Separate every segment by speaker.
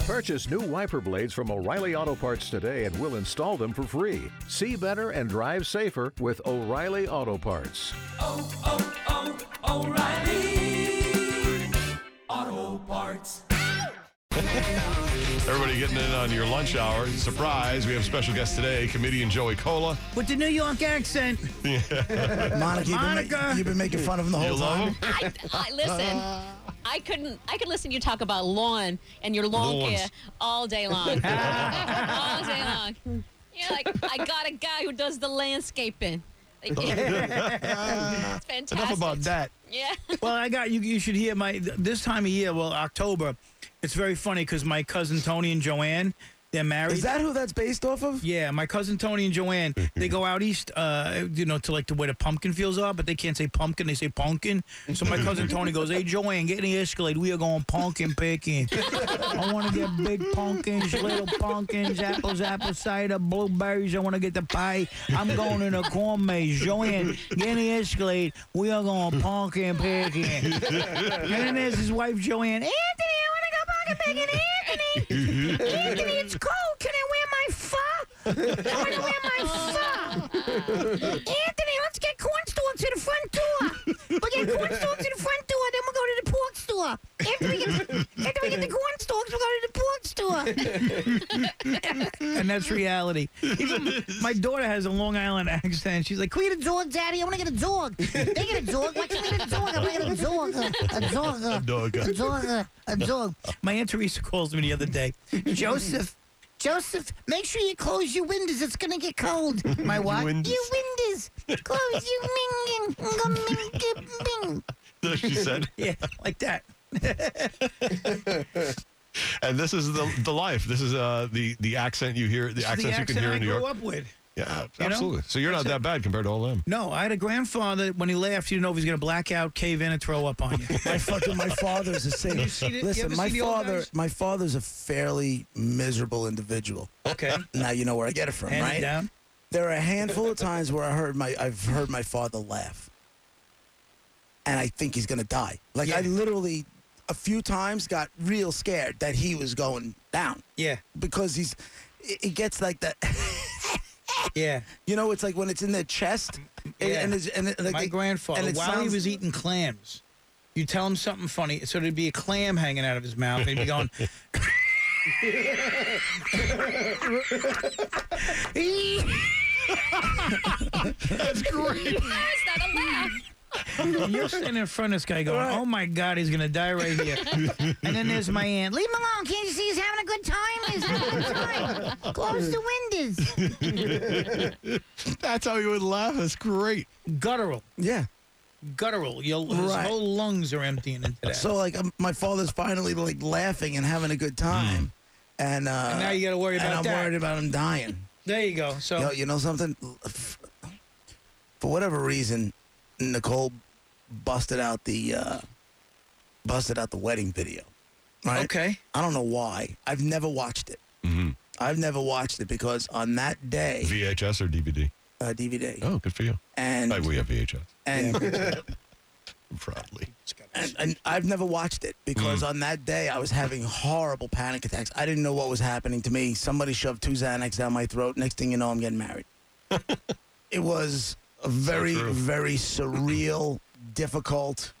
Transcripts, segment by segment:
Speaker 1: Purchase new wiper blades from O'Reilly Auto Parts today and we'll install them for free. See better and drive safer with O'Reilly Auto Parts.
Speaker 2: oh, oh, O'Reilly Auto Parts.
Speaker 3: Everybody getting in on your lunch hour. Surprise, we have a special guest today, comedian Joey Cola.
Speaker 4: with the New York accent.
Speaker 5: Monica, you've been,
Speaker 4: Monica!
Speaker 5: ma- you've been making fun of him the
Speaker 3: You
Speaker 5: whole
Speaker 3: love
Speaker 5: time.
Speaker 3: him?
Speaker 6: I, I listen. I couldn't. I could listen to you talk about lawn and your lawn
Speaker 3: Lawns.
Speaker 6: care all day long, all day long. You're like, I got a guy who does the landscaping. Like, it's fantastic.
Speaker 5: Enough about that.
Speaker 6: Yeah.
Speaker 4: well, I got you. You should hear my th- this time of year. Well, October. It's very funny because my cousin Tony and Joanne, they're married.
Speaker 5: Is that who that's based off of?
Speaker 4: yeah, my cousin Tony and Joanne, they go out east, uh, you know, to like to where the pumpkin fields are, but they can't say pumpkin, they say pumpkin. So my cousin Tony goes, "Hey Joanne, get in the Escalade. We are going pumpkin picking. I want to get big pumpkins, little pumpkins, apples, apple cider, blueberries. I want to get the pie. I'm going in a corn maze. Joanne, get in the Escalade. We are going pumpkin picking." and then there's his wife Joanne. Anthony, I want to go pumpkin picking. Anthony. Anthony, it's cold. Can I wear my fur? I want to wear my fur. Anthony, let's get corn stalks to the front door. We'll get corn stalks to the front door, then we'll go to the pork store. After we get, after we get the corn stalks, we'll go to the pork store. and that's reality. Even my daughter has a Long Island accent. She's like,
Speaker 7: Can we get a dog, Daddy? I want to get a dog. They get a dog. Why can't we get a dog? I want to get a dog. A dog. A
Speaker 3: Dog.
Speaker 7: A dog. A dog.
Speaker 4: my Aunt Teresa calls me the other day. Joseph.
Speaker 7: Joseph, make sure you close your windows. It's going to get cold.
Speaker 4: My what?
Speaker 7: Your windows. Close your windows.
Speaker 3: That's what she said.
Speaker 4: Yeah, like that.
Speaker 3: And this is the the life. This is uh, the the accent you hear, the
Speaker 4: the
Speaker 3: accents you can
Speaker 4: accent
Speaker 3: hear in
Speaker 4: I
Speaker 3: New
Speaker 4: grew
Speaker 3: York.
Speaker 4: up with.
Speaker 3: Yeah,
Speaker 4: You know?
Speaker 3: absolutely. So you're not that bad compared to all them.
Speaker 4: No, I had a grandfather. When he left, you didn't know if he was going to black out, cave in, and throw up on you.
Speaker 5: My fucking my father's the same.
Speaker 4: You see the- you
Speaker 5: Listen,
Speaker 4: ever
Speaker 5: my
Speaker 4: see the old
Speaker 5: father
Speaker 4: guys?
Speaker 5: my father's a fairly miserable individual.
Speaker 4: okay.
Speaker 5: Now you know where I get it from,
Speaker 4: Hand
Speaker 5: right?
Speaker 4: it down.
Speaker 5: There are a handful of times where I heard my I've heard my father laugh. And I think he's gonna die. Like I
Speaker 4: Yeah.
Speaker 5: literally a few times got real scared that he was going down.
Speaker 4: Yeah.
Speaker 5: Because he's it it gets like that
Speaker 4: Yeah.
Speaker 5: You know, it's like when it's in their chest, and,
Speaker 4: Yeah.
Speaker 5: and, it's, and it- like
Speaker 4: My
Speaker 5: they-
Speaker 4: grandfather,
Speaker 5: and it
Speaker 4: while he
Speaker 5: sounds-
Speaker 4: was eating clams, you tell him something funny, so there'd be a clam hanging out of his mouth, and he'd be going.
Speaker 3: That's great.
Speaker 6: That's not a laugh.
Speaker 4: And you're standing in front of this guy going,
Speaker 5: Right.
Speaker 4: "Oh my God, he's gonna die right here." and then there's my aunt. Leave
Speaker 7: Leave him alone. Can't you see he's having a good time? He's having a good time. Close the windows.
Speaker 3: That's how you would laugh. That's great.
Speaker 4: him- guttural,
Speaker 5: yeah.
Speaker 4: guttural. Your his
Speaker 5: Right.
Speaker 4: whole lungs are emptying into that.
Speaker 5: So like um, my father's finally like laughing and having a good time, and, uh,
Speaker 4: And now you gotta worry
Speaker 5: and
Speaker 4: about
Speaker 5: I'm
Speaker 4: that. Oh.
Speaker 5: worried about him dying.
Speaker 4: there you go. So
Speaker 5: Yo, you know something? For whatever reason, Nicole busted out the uh, busted out the wedding video. Right?
Speaker 4: Okay.
Speaker 5: I don't know why. I've never watched it.
Speaker 3: Mm-hmm.
Speaker 5: I've never watched it because on that day,
Speaker 3: VHS or DVD?
Speaker 5: uh, DVD,
Speaker 3: Oh, good for you.
Speaker 5: and
Speaker 3: Hey, we have VHS.
Speaker 5: and
Speaker 3: Probably.
Speaker 5: and, and I've never watched it because on that day I was having horrible panic attacks. I didn't know what was happening to me. Somebody shoved two Xanax down my throat. Next thing you know, I'm getting married. it was a very,
Speaker 3: true.
Speaker 5: very surreal, difficult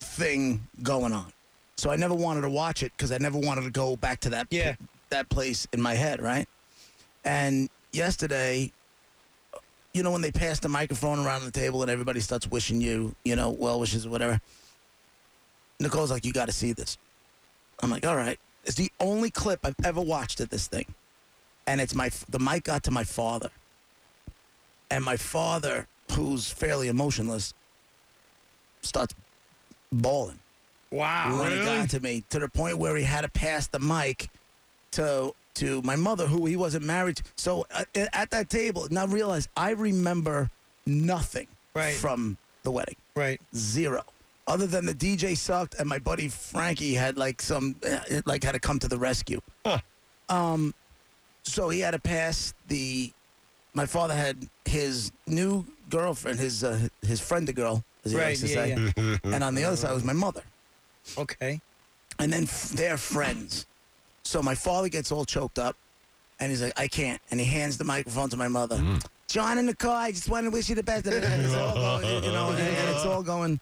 Speaker 5: thing going on. So I never wanted to watch it because I never wanted to go back to that
Speaker 4: Yeah.
Speaker 5: that place in my head, right? And yesterday, you know, when they pass the microphone around the table and everybody starts wishing you, you know, well wishes or whatever. Nicole's like, you got to see this. I'm like, all right. It's the only clip I've ever watched of this thing, and it's my the mic got to my father, and my father, who's fairly emotionless, starts bawling
Speaker 4: wow.
Speaker 5: when it got to me to the point where he had to pass the mic to to my mother who he wasn't married to so uh, at that table now realize i remember nothing
Speaker 4: Right.
Speaker 5: from the wedding
Speaker 4: Right.
Speaker 5: zero other than the dj sucked and my buddy frankie had like some uh, like had to come to the rescue
Speaker 3: Huh.
Speaker 5: um so he had to pass the my father had his new girlfriend his uh, his friend the girl as he
Speaker 4: Right,
Speaker 5: likes to
Speaker 4: yeah,
Speaker 5: say
Speaker 4: yeah.
Speaker 5: and on the other side was my mother
Speaker 4: Okay.
Speaker 5: and then f- they're friends. So my father gets all choked up, and he's like, "I can't," and he hands the microphone to my mother.
Speaker 3: Mm.
Speaker 5: John in the car. I just want to wish you the best. And it's all going, you know, and, and it's all going,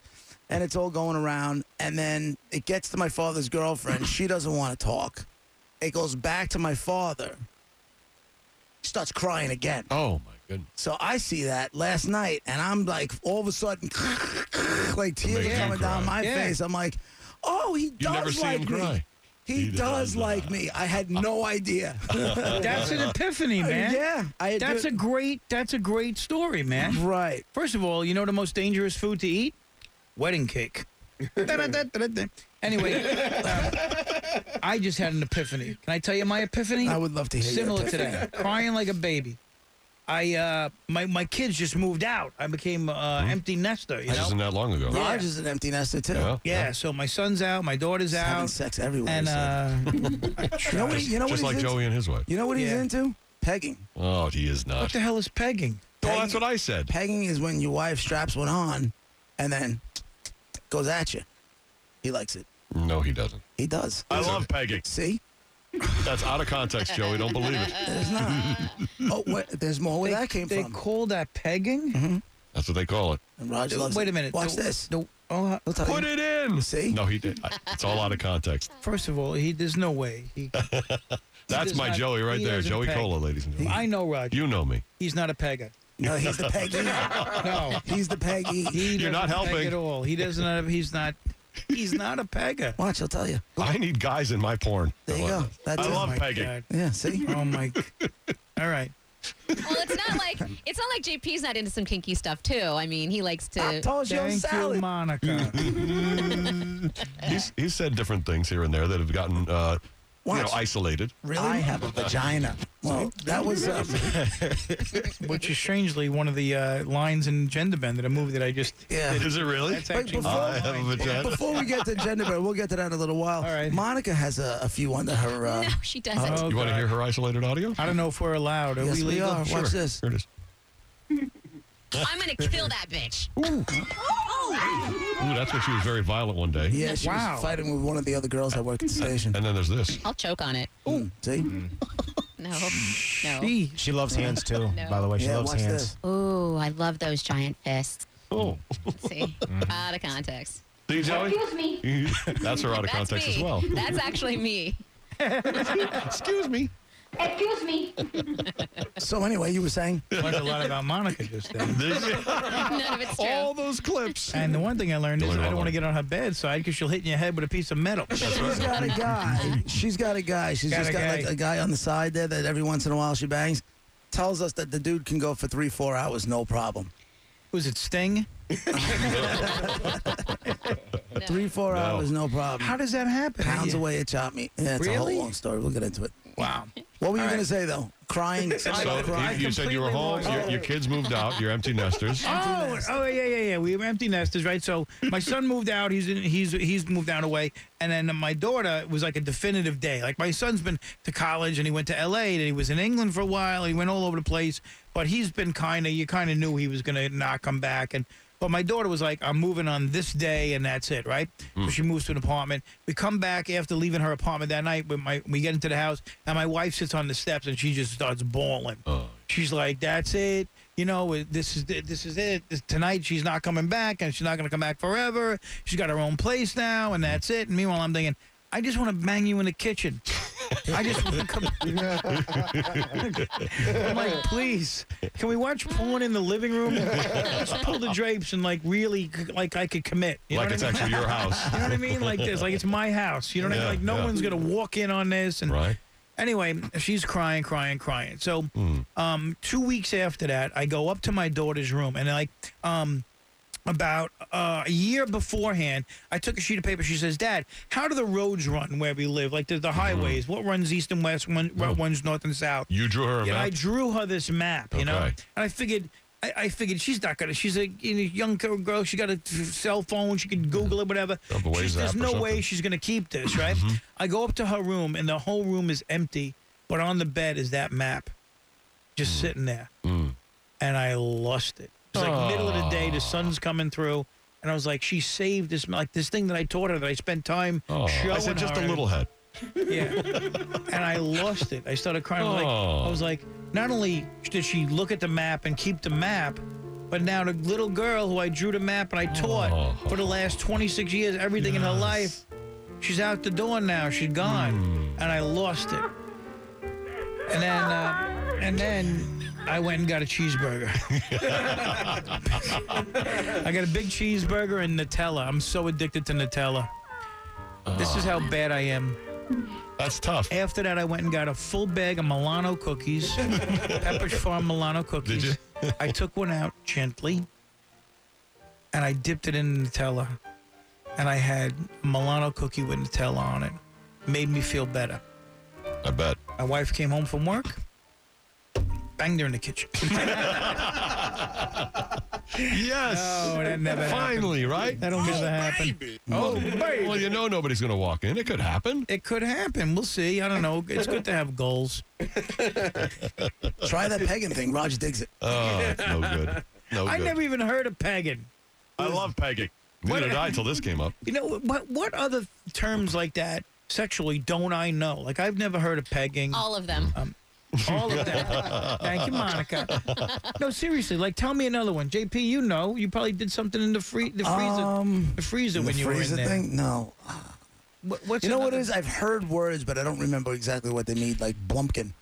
Speaker 5: and it's all going around. And then it gets to my father's girlfriend. She doesn't want to talk. It goes back to my father. She starts crying again.
Speaker 3: Oh, my goodness.
Speaker 5: So I see that last night, and I'm like, all of a sudden, like tears
Speaker 3: Made
Speaker 5: are
Speaker 3: you
Speaker 5: coming down
Speaker 3: cry.
Speaker 5: my
Speaker 4: Yeah.
Speaker 5: face. I'm like, oh, he does
Speaker 3: never see
Speaker 5: like
Speaker 3: him
Speaker 5: me.
Speaker 3: cry.
Speaker 5: He,
Speaker 3: He
Speaker 5: does,
Speaker 3: does
Speaker 5: like
Speaker 3: not.
Speaker 5: me. I had no idea.
Speaker 4: That's an epiphany, man.
Speaker 5: Uh, yeah, I had
Speaker 4: That's a
Speaker 5: good-
Speaker 4: great. That's a great story, man.
Speaker 5: right.
Speaker 4: First of all, you know the most dangerous food to eat? Wedding cake. Da-da-da-da-da-da. anyway, um, I just had an epiphany. Can I tell you my epiphany?
Speaker 5: I would love to hear your
Speaker 4: Similar to
Speaker 5: epiphany.
Speaker 4: that, crying like a baby. I uh, my my kids just moved out. I became uh, empty nester. You
Speaker 3: This
Speaker 4: know.
Speaker 3: isn't that long ago.
Speaker 5: Raj is an empty nester too.
Speaker 3: Yeah.
Speaker 4: yeah. So my son's out. My daughter's
Speaker 5: He's Having
Speaker 4: out.
Speaker 5: sex everywhere.
Speaker 4: And
Speaker 5: so.
Speaker 4: uh,
Speaker 5: you know what? He, you know
Speaker 3: Just
Speaker 5: what
Speaker 3: like
Speaker 5: he's into?
Speaker 3: Joey and his wife.
Speaker 5: You know what he's
Speaker 4: Yeah.
Speaker 5: into? Pegging.
Speaker 3: Oh, he is
Speaker 4: what
Speaker 3: not.
Speaker 4: the hell is pegging?
Speaker 3: Well, that's what I said.
Speaker 5: Pegging is when your wife straps one on, and then goes at you. He likes it.
Speaker 3: No, he doesn't.
Speaker 5: He does.
Speaker 3: I love pegging.
Speaker 5: See?
Speaker 3: That's out of context, Joey. Don't believe it.
Speaker 5: There's not. oh, wait, there's more where
Speaker 4: they,
Speaker 5: that came
Speaker 4: they
Speaker 5: from.
Speaker 4: call that pegging.
Speaker 3: That's what they call it.
Speaker 5: and Raj loves
Speaker 4: Wait
Speaker 5: it.
Speaker 4: a minute.
Speaker 5: Watch
Speaker 4: The-
Speaker 5: this.
Speaker 4: the- oh,
Speaker 5: He'll tell
Speaker 3: Put
Speaker 5: you.
Speaker 3: it in.
Speaker 5: See?
Speaker 3: No, he did. I- It's all out of context.
Speaker 4: first of all, he there's no way. He,
Speaker 3: That's
Speaker 4: does
Speaker 3: my
Speaker 4: not-
Speaker 3: Joey right
Speaker 4: he
Speaker 3: there.
Speaker 4: doesn't
Speaker 3: Joey
Speaker 4: peg.
Speaker 3: Cola, ladies and gentlemen.
Speaker 4: I know Roger.
Speaker 3: You know me.
Speaker 4: He's not a pegger.
Speaker 5: No, he's the Peggy.
Speaker 4: No.
Speaker 5: He's the Peggy.
Speaker 4: He
Speaker 3: You're
Speaker 4: doesn't
Speaker 3: not
Speaker 4: peg
Speaker 3: helping.
Speaker 4: at all. He doesn't. Have, he's not. He's not a pegger.
Speaker 5: Watch, I'll tell you.
Speaker 3: I need guys in my porn.
Speaker 5: There you go. That's
Speaker 3: I
Speaker 5: it.
Speaker 3: love
Speaker 4: my
Speaker 3: pegging.
Speaker 4: God.
Speaker 5: Yeah, see?
Speaker 4: Oh my. g- All right.
Speaker 6: Well, it's not like it's not like JP's not into some kinky stuff too. I mean, he likes
Speaker 5: I
Speaker 6: to.
Speaker 5: told you I'm
Speaker 4: Thank you,
Speaker 5: salad.
Speaker 4: Monica.
Speaker 3: He's he's said different things here and there that have gotten uh, you
Speaker 5: Watch.
Speaker 3: know isolated.
Speaker 5: Really? I have a vagina. Well, that was um,
Speaker 4: Which is strangely one of the uh, lines in Gender Bend that a movie that I just.
Speaker 5: yeah.
Speaker 3: Is it really?
Speaker 4: That's actually.
Speaker 5: before-
Speaker 3: I have a vagina.
Speaker 5: Before we get to gender, but we'll get to that in a little while.
Speaker 4: All right.
Speaker 5: Monica has a, a few under her. Uh,
Speaker 6: No, she doesn't.
Speaker 4: Oh,
Speaker 3: You want to
Speaker 4: God.
Speaker 3: hear her isolated audio?
Speaker 4: I don't know if we're allowed. Are
Speaker 5: Yes,
Speaker 4: we
Speaker 5: we
Speaker 4: legal?
Speaker 5: are. Watch this.
Speaker 3: Here it is.
Speaker 6: I'm gonna kill that bitch.
Speaker 3: Ooh, that's when she was very violent one day.
Speaker 5: Yeah, she
Speaker 4: Wow.
Speaker 5: was fighting with one of the other girls that work at the station.
Speaker 3: And then there's this.
Speaker 6: I'll choke on it.
Speaker 5: Ooh, see?
Speaker 4: Mm.
Speaker 6: No, no.
Speaker 4: Gee.
Speaker 8: She loves hands too,
Speaker 6: No.
Speaker 8: by the way. She
Speaker 5: Yeah,
Speaker 8: loves
Speaker 5: watch
Speaker 8: hands.
Speaker 5: this.
Speaker 6: Ooh, I love those giant fists.
Speaker 3: Oh,
Speaker 6: See,
Speaker 3: Mm-hmm.
Speaker 6: out of context.
Speaker 3: see Joey?
Speaker 9: Excuse me.
Speaker 3: That's her out of
Speaker 6: That's
Speaker 3: context
Speaker 6: me.
Speaker 3: as well.
Speaker 6: That's actually me.
Speaker 3: Excuse me.
Speaker 9: Excuse me.
Speaker 5: So anyway, you were saying?
Speaker 4: Learned a lot about Monica just then.
Speaker 6: None of it's true.
Speaker 3: all those clips.
Speaker 4: And the one thing I learned
Speaker 3: Don't
Speaker 4: is
Speaker 3: worry
Speaker 4: I
Speaker 3: about
Speaker 4: don't want to
Speaker 3: Monica.
Speaker 4: get on her bed side because she'll hit in your head with a piece of metal.
Speaker 5: She's got a guy. She's got a guy. She's
Speaker 4: Got
Speaker 5: just
Speaker 4: a
Speaker 5: got
Speaker 4: guy.
Speaker 5: like a guy on the side there that every once in a while she bangs. Tells us that the dude can go for three, four hours, no problem.
Speaker 4: Was it Sting?
Speaker 6: No.
Speaker 5: Three, four
Speaker 3: No.
Speaker 5: hours, no problem.
Speaker 4: How does that happen?
Speaker 5: Pounds
Speaker 4: Yeah.
Speaker 5: away at chop meat. Yeah, it's a
Speaker 4: Really?
Speaker 5: whole long story. We'll get into it.
Speaker 4: Wow.
Speaker 5: What were you gonna say though? Crying. something
Speaker 3: So
Speaker 5: about crying.
Speaker 3: you, you said you were home. Your,
Speaker 4: completely
Speaker 3: your kids moved out. You're empty nesters.
Speaker 4: Oh, oh yeah, yeah, yeah. We were empty nesters, right? So my son moved out. He's in, he's he's moved out away, and then my daughter it was like a definitive day. Like my son's been to college, and he went to L.A. and he was in England for a while. He went all over the place, but he's been kind of you kind of knew he was gonna not come back. And but my daughter was like, I'm moving on this day, and that's it, right?
Speaker 3: Hmm.
Speaker 4: So she moves to an apartment. We come back after leaving her apartment that night. When my we get into the house, and my wife sits on the steps, and she just starts bawling.
Speaker 3: Oh.
Speaker 4: She's like, "That's it. You know, it- this is it- this is it. This, tonight, she's not coming back, and she's not going to come back forever. She's got her own place now, and that's it." And meanwhile, I'm thinking, "I just want to bang you in the kitchen. I just want to come." I'm like, "Please, can we watch porn in the living room? Just pull the drapes and like really, like I could commit. You know
Speaker 3: like
Speaker 4: what
Speaker 3: it's
Speaker 4: I mean?
Speaker 3: actually your house.
Speaker 4: You know what I mean? Like this, like it's my house. You know what I
Speaker 3: Yeah,
Speaker 4: mean? Like no
Speaker 3: yeah.
Speaker 4: one's gonna walk in on this. And
Speaker 3: Right.
Speaker 4: anyway, she's crying, crying, crying. So, um, two weeks after that, I go up to my daughter's room and like, um, about uh, a year beforehand, I took a sheet of paper. She says, "Dad, how do the roads run where we live? Like the, the highways? What runs east and west? One, what runs north and south?"
Speaker 3: You drew her a
Speaker 4: Yeah, I
Speaker 3: map.
Speaker 4: drew her this map, you know,
Speaker 3: Okay.
Speaker 4: and I figured. I, I figured she's not gonna. She's a you know, young girl- girl. She got a f- cell phone. She can Google it, whatever.
Speaker 3: Have a Waze
Speaker 4: She's, there's
Speaker 3: app or
Speaker 4: no way
Speaker 3: something. Mm-hmm.
Speaker 4: she's gonna keep this, right? I go up to her room, and the whole room is empty, but on the bed is that map,
Speaker 3: Mm.
Speaker 4: just sitting there, and I lost it. It's like middle of the day. The sun's coming through, and I was like, she saved this like this thing that I taught her that I spent time
Speaker 3: Oh.
Speaker 4: showing
Speaker 3: I said just
Speaker 4: her.
Speaker 3: a little head.
Speaker 4: Yeah. and I lost it. I started crying. Like,
Speaker 3: Oh.
Speaker 4: I was like, not only did she look at the map and keep the map, but now the little girl who I drew the map and I taught
Speaker 3: Oh.
Speaker 4: for the last 26 years, everything in her life, she's out the door now. She's gone. And I lost it. And then, uh, and then I went and got a cheeseburger. I got a big cheeseburger and Nutella. I'm so addicted to Nutella. This is how bad I am.
Speaker 3: That's tough.
Speaker 4: After that, I went and got a full bag of Milano cookies, Pepperidge Farm Milano cookies. I took one out gently, and I dipped it in Nutella, and I had a Milano cookie with Nutella on it. Made me feel better.
Speaker 3: I bet.
Speaker 4: My wife came home from work. Banged her in the kitchen.
Speaker 3: Yes.
Speaker 4: No, Oh, that never
Speaker 3: Finally, right?
Speaker 4: That'll never happen.
Speaker 3: oh, Well, you know nobody's going to walk in. It could happen.
Speaker 4: It could happen. We'll see. I don't know. It's good to have goals.
Speaker 5: Try that pegging thing. Raj digs it.
Speaker 3: Oh, it's no good. No
Speaker 4: I
Speaker 3: good.
Speaker 4: never even heard of pagan.
Speaker 3: I love pegging. Neither did I till this came up.
Speaker 4: You know what? What other terms like that sexually don't I know? Like I've never heard of pegging.
Speaker 6: All of them.
Speaker 4: All of that. Thank you, Monica. No, seriously. Like, tell me another one, JP. You know, you probably did something in the free the freezer
Speaker 5: Um,
Speaker 4: the freezer
Speaker 5: the
Speaker 4: when you
Speaker 5: freezer
Speaker 4: were in there.
Speaker 5: thing? No.
Speaker 4: What- What's
Speaker 5: You know what it
Speaker 4: another-
Speaker 5: is? I've heard words, but I don't remember exactly what they mean. Like blumpkin.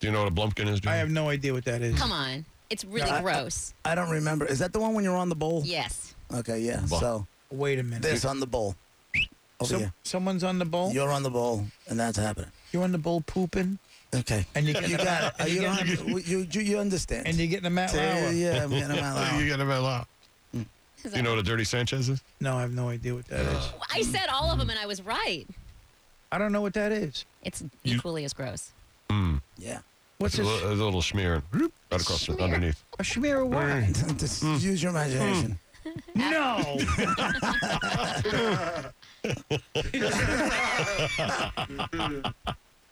Speaker 3: Do you know what a blumpkin is, Jim?
Speaker 4: I have no idea what that is.
Speaker 6: Come on. It's really
Speaker 5: I- I-
Speaker 6: gross.
Speaker 5: I don't remember. Is that the one when you're on the bowl?
Speaker 6: yes.
Speaker 5: Okay, yeah.
Speaker 3: Bump.
Speaker 5: So
Speaker 4: Wait a minute.
Speaker 5: this on the bowl. Over
Speaker 4: Some-
Speaker 5: here.
Speaker 4: someone's on the bowl. You're,
Speaker 5: You're on the bowl, and that's happening.
Speaker 4: on the bowl pooping,
Speaker 5: Okay.
Speaker 4: and you get
Speaker 5: You got it. Uh, You, don't
Speaker 4: get-
Speaker 5: have, you, you, you understand.
Speaker 4: and you're getting a Matt
Speaker 5: yeah,
Speaker 4: Lauer.
Speaker 5: yeah, I'm getting 'em out
Speaker 3: Oh,
Speaker 5: loud.
Speaker 3: you got to be loud.
Speaker 6: Is
Speaker 3: You
Speaker 6: that-
Speaker 3: know what a dirty Sanchez is?
Speaker 4: No, I have no idea what that is.
Speaker 6: I said all of them and I was right.
Speaker 4: I don't know what that is.
Speaker 6: It's
Speaker 3: You-
Speaker 6: equally as gross.
Speaker 5: Yeah.
Speaker 3: It's
Speaker 4: What's
Speaker 3: a,
Speaker 4: this?
Speaker 3: little, it's a little smear right across the,
Speaker 6: Smear.
Speaker 3: underneath.
Speaker 4: A schmear? What?
Speaker 5: Just
Speaker 4: Hmm.
Speaker 5: use your imagination.
Speaker 4: No.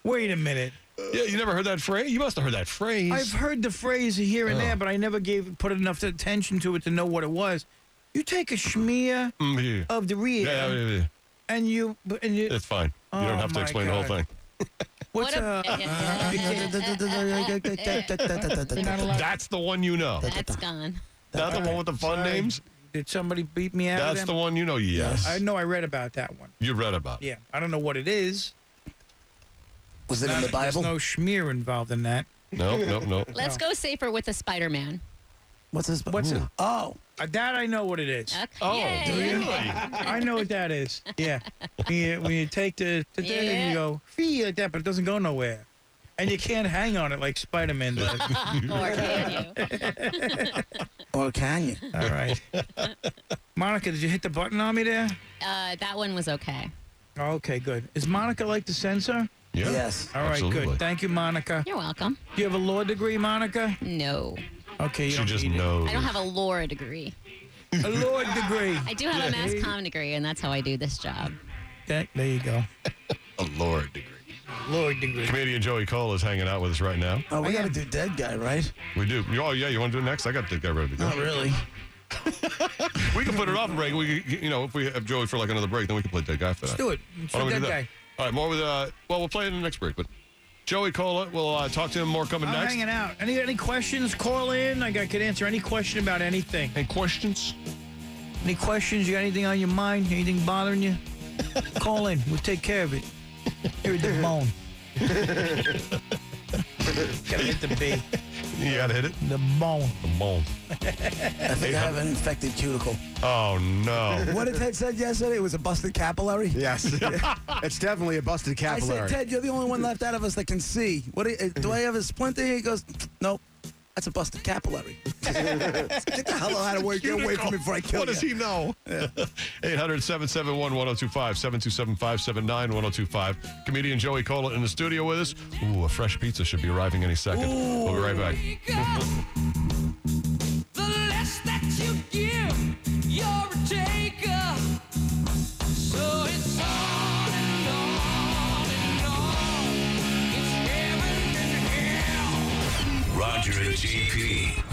Speaker 4: Wait a minute.
Speaker 3: Yeah, you never heard that phrase? You must have heard that phrase.
Speaker 4: I've heard the phrase here and there, but I never gave put enough attention to it to know what it was. You take a schmear
Speaker 3: Mm, yeah.
Speaker 4: of the rear,
Speaker 3: Yeah, yeah, yeah, yeah.
Speaker 4: and you and you.
Speaker 3: It's fine. You don't
Speaker 4: Oh,
Speaker 3: have to
Speaker 4: my
Speaker 3: explain the whole thing.
Speaker 4: God. What's uh,
Speaker 6: what
Speaker 4: a?
Speaker 5: uh,
Speaker 4: Hmm.
Speaker 3: That's the one you know.
Speaker 6: That's gone.
Speaker 3: Not the one with the fun
Speaker 4: Sorry.
Speaker 3: names.
Speaker 4: Did somebody beat me out?
Speaker 3: That's
Speaker 4: of
Speaker 3: the
Speaker 4: them?
Speaker 3: one you know. Yes,
Speaker 4: I know. I read about that one.
Speaker 3: you read about.
Speaker 4: Yeah, I don't know what it is.
Speaker 5: Was it in the
Speaker 4: There's
Speaker 5: Bible?
Speaker 4: no schmear involved in that.
Speaker 3: No, no, no.
Speaker 6: Let's go safer with the Spider Man.
Speaker 5: What's this?
Speaker 4: What's it?
Speaker 5: Oh,
Speaker 4: Uh, That I know what it is.
Speaker 6: Okay.
Speaker 3: Oh,
Speaker 6: Yay.
Speaker 3: really?
Speaker 4: I know what that is. Yeah. When you, when you take the, the thing and
Speaker 6: Yeah.
Speaker 4: you go, fee like that, but it doesn't go nowhere. And you can't hang on it like Spider Man does.
Speaker 6: Or can you?
Speaker 5: or can you?
Speaker 4: All right. Monica, did you hit the button on me there?
Speaker 6: Uh, that one was okay.
Speaker 4: Okay, good. Is Monica like the censor?
Speaker 3: Yeah.
Speaker 5: Yes.
Speaker 4: All right,
Speaker 3: Absolutely.
Speaker 4: good. Thank you, Monica.
Speaker 6: You're welcome.
Speaker 4: Do you have a law degree, Monica?
Speaker 6: No.
Speaker 4: Okay, you
Speaker 3: She
Speaker 4: don't
Speaker 3: just
Speaker 4: need it.
Speaker 3: knows.
Speaker 6: I don't have a lore degree.
Speaker 4: a law degree.
Speaker 6: I do have a mass comm degree, and that's how I do this job.
Speaker 4: Okay, there you go.
Speaker 3: a Lord degree.
Speaker 4: Law degree.
Speaker 3: Comedian Joey Cole is hanging out with us right now.
Speaker 5: Oh, we got to do dead guy, right?
Speaker 3: We do. You- Oh yeah, you want to do it next? I got the guy ready to go.
Speaker 5: Not really.
Speaker 4: Oh.
Speaker 3: We can put it off and break. We, can- you know, if we have Joey for like another break, then we can play dead guy after that.
Speaker 4: do it. Let's
Speaker 3: Why
Speaker 4: do
Speaker 3: don't we
Speaker 4: dead
Speaker 3: that?
Speaker 4: guy.
Speaker 3: All right, more with. Uh, well, we'll play it in the next break, but. Joey Cola, we'll uh, talk to him more coming
Speaker 4: I'm
Speaker 3: next.
Speaker 4: hanging out. Any any questions? Call in. I got- could answer any question about anything.
Speaker 3: Any questions?
Speaker 4: Any questions? You got anything on your mind? Anything bothering you? Call in. We'll take care of it. Here at the bone. Gotta hit the B.
Speaker 3: You gotta hit it.
Speaker 4: The bone.
Speaker 3: Boom.
Speaker 5: I think I have an infected cuticle.
Speaker 3: Oh no.
Speaker 5: What did Ted said yesterday? It was a busted capillary.
Speaker 8: Yes. it's definitely a busted
Speaker 5: I said,
Speaker 8: capillary.
Speaker 5: Ted, you're the only one left out of us that can see. What do, you, do I have a splinter? He goes, nope. That's a busted capillary. Get the hell out of work. Get away from me before I kill
Speaker 3: What does
Speaker 5: you.
Speaker 3: he know? 800 771 1025 727 579 1025. Comedian Joey Cola in the studio with us. Ooh, a fresh pizza should be arriving any second. We'll be right back.
Speaker 2: The less that you give, you're a taker. So it's on and on and on. It's heaven and hell.
Speaker 9: Roger and JP